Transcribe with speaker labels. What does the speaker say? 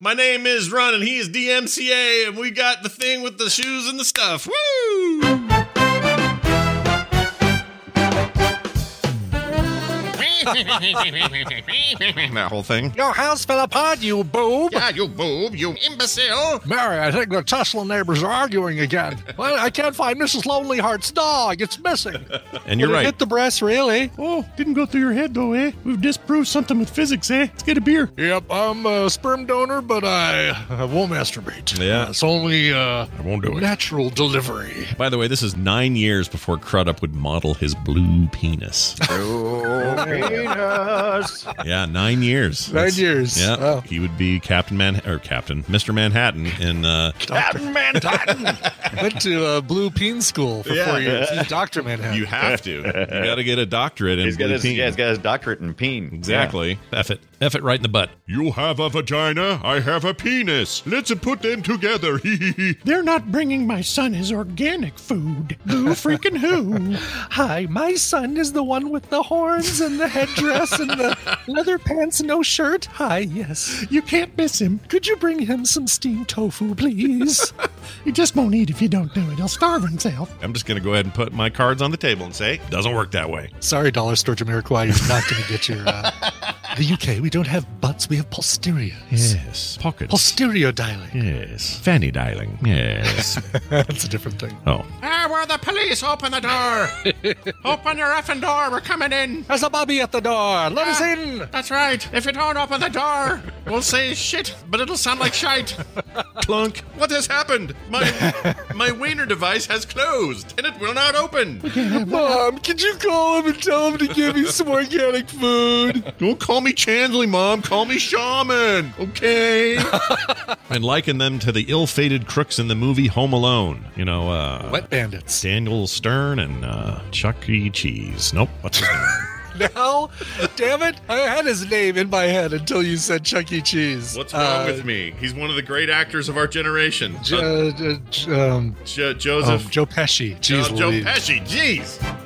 Speaker 1: My name is Ron, and he is DMCA, and we got the thing with the shoes and the stuff. Woo! that whole thing.
Speaker 2: Your house fell apart, you boob.
Speaker 3: Yeah, you boob, you imbecile.
Speaker 2: Mary, I think the Tesla neighbors are arguing again. well, I can't find Mrs. Lonelyheart's dog. It's missing.
Speaker 1: And you're
Speaker 4: But it
Speaker 1: right.
Speaker 4: Hit the brass rail, eh?
Speaker 5: Oh, didn't go through your head though, eh? We've disproved something with physics, eh? Let's get a beer.
Speaker 2: Yep, I'm a sperm donor, but I, I won't masturbate.
Speaker 1: Yeah.
Speaker 2: It's only uh,
Speaker 1: I won't do it.
Speaker 2: natural delivery.
Speaker 1: By the way, this is nine years before Crudup would model his blue penis. Yeah, nine years.
Speaker 2: Nine
Speaker 1: That's-
Speaker 2: years.
Speaker 1: Yeah,
Speaker 2: Wow.
Speaker 1: he would be Captain Man or Captain Mr. Manhattan in uh,
Speaker 2: Went to uh, Blue Peen School for
Speaker 1: Yeah.
Speaker 2: four years. He's Dr. Manhattan.
Speaker 1: You have to. You got to get a doctorate in
Speaker 3: He's got,
Speaker 1: blue
Speaker 3: his,
Speaker 1: peen.
Speaker 3: yeah, he's got his doctorate in peen.
Speaker 1: exactly. F it. F it right in the butt.
Speaker 6: You have a vagina, I have a penis. Let's put them together.
Speaker 5: They're not bringing my son his organic food. Who freaking who?
Speaker 4: Hi, my son is the one with the horns and the headdress and the leather pants, no shirt. Hi, yes.
Speaker 5: You can't miss him.
Speaker 4: Could you bring him some steamed tofu, please?
Speaker 5: He just won't eat if you don't do it. He'll starve himself.
Speaker 1: I'm just going to go ahead and put my cards on the table and say, doesn't work that way.
Speaker 2: Sorry, Dollar Store Jamiroquai, you're not going to get your. Uh, the UK, we don't have butts, we have posteriors.
Speaker 1: Yes. Pockets.
Speaker 2: Posterior dialing.
Speaker 1: yes. Fanny dialing. Yes.
Speaker 2: That's a different thing.
Speaker 1: oh.
Speaker 6: Ah, we're the police. Open the door. open your effing door. We're coming in.
Speaker 2: There's a bobby at the door. Let us in.
Speaker 6: That's right. If you don't open the door, we'll say shit, but it'll sound like shite.
Speaker 1: Clunk.
Speaker 6: What has happened? My my wiener device has closed and it will not open.
Speaker 2: Mom, could you call him and tell him to give me some organic food?
Speaker 6: Don't call me Chandley, Mom. Call me Shaman. Okay.
Speaker 1: And liken them to the ill fated crooks in the movie Home Alone. You know, uh,
Speaker 2: Wet bandits.
Speaker 1: Daniel Stern and uh, Chuck E. Cheese. Nope. What's his name?
Speaker 2: Now, damn it, I had his name in my head until you said Chuck E. Cheese.
Speaker 6: What's wrong
Speaker 2: Uh,
Speaker 6: with me? He's one of the great actors of our generation.
Speaker 2: J- uh, j- um,
Speaker 6: Jo-
Speaker 2: um,
Speaker 6: Joseph
Speaker 2: Joe Pesci.
Speaker 6: Joe,
Speaker 2: Oh, Jeez
Speaker 6: Joe
Speaker 2: Louise.
Speaker 6: Pesci. Jeez.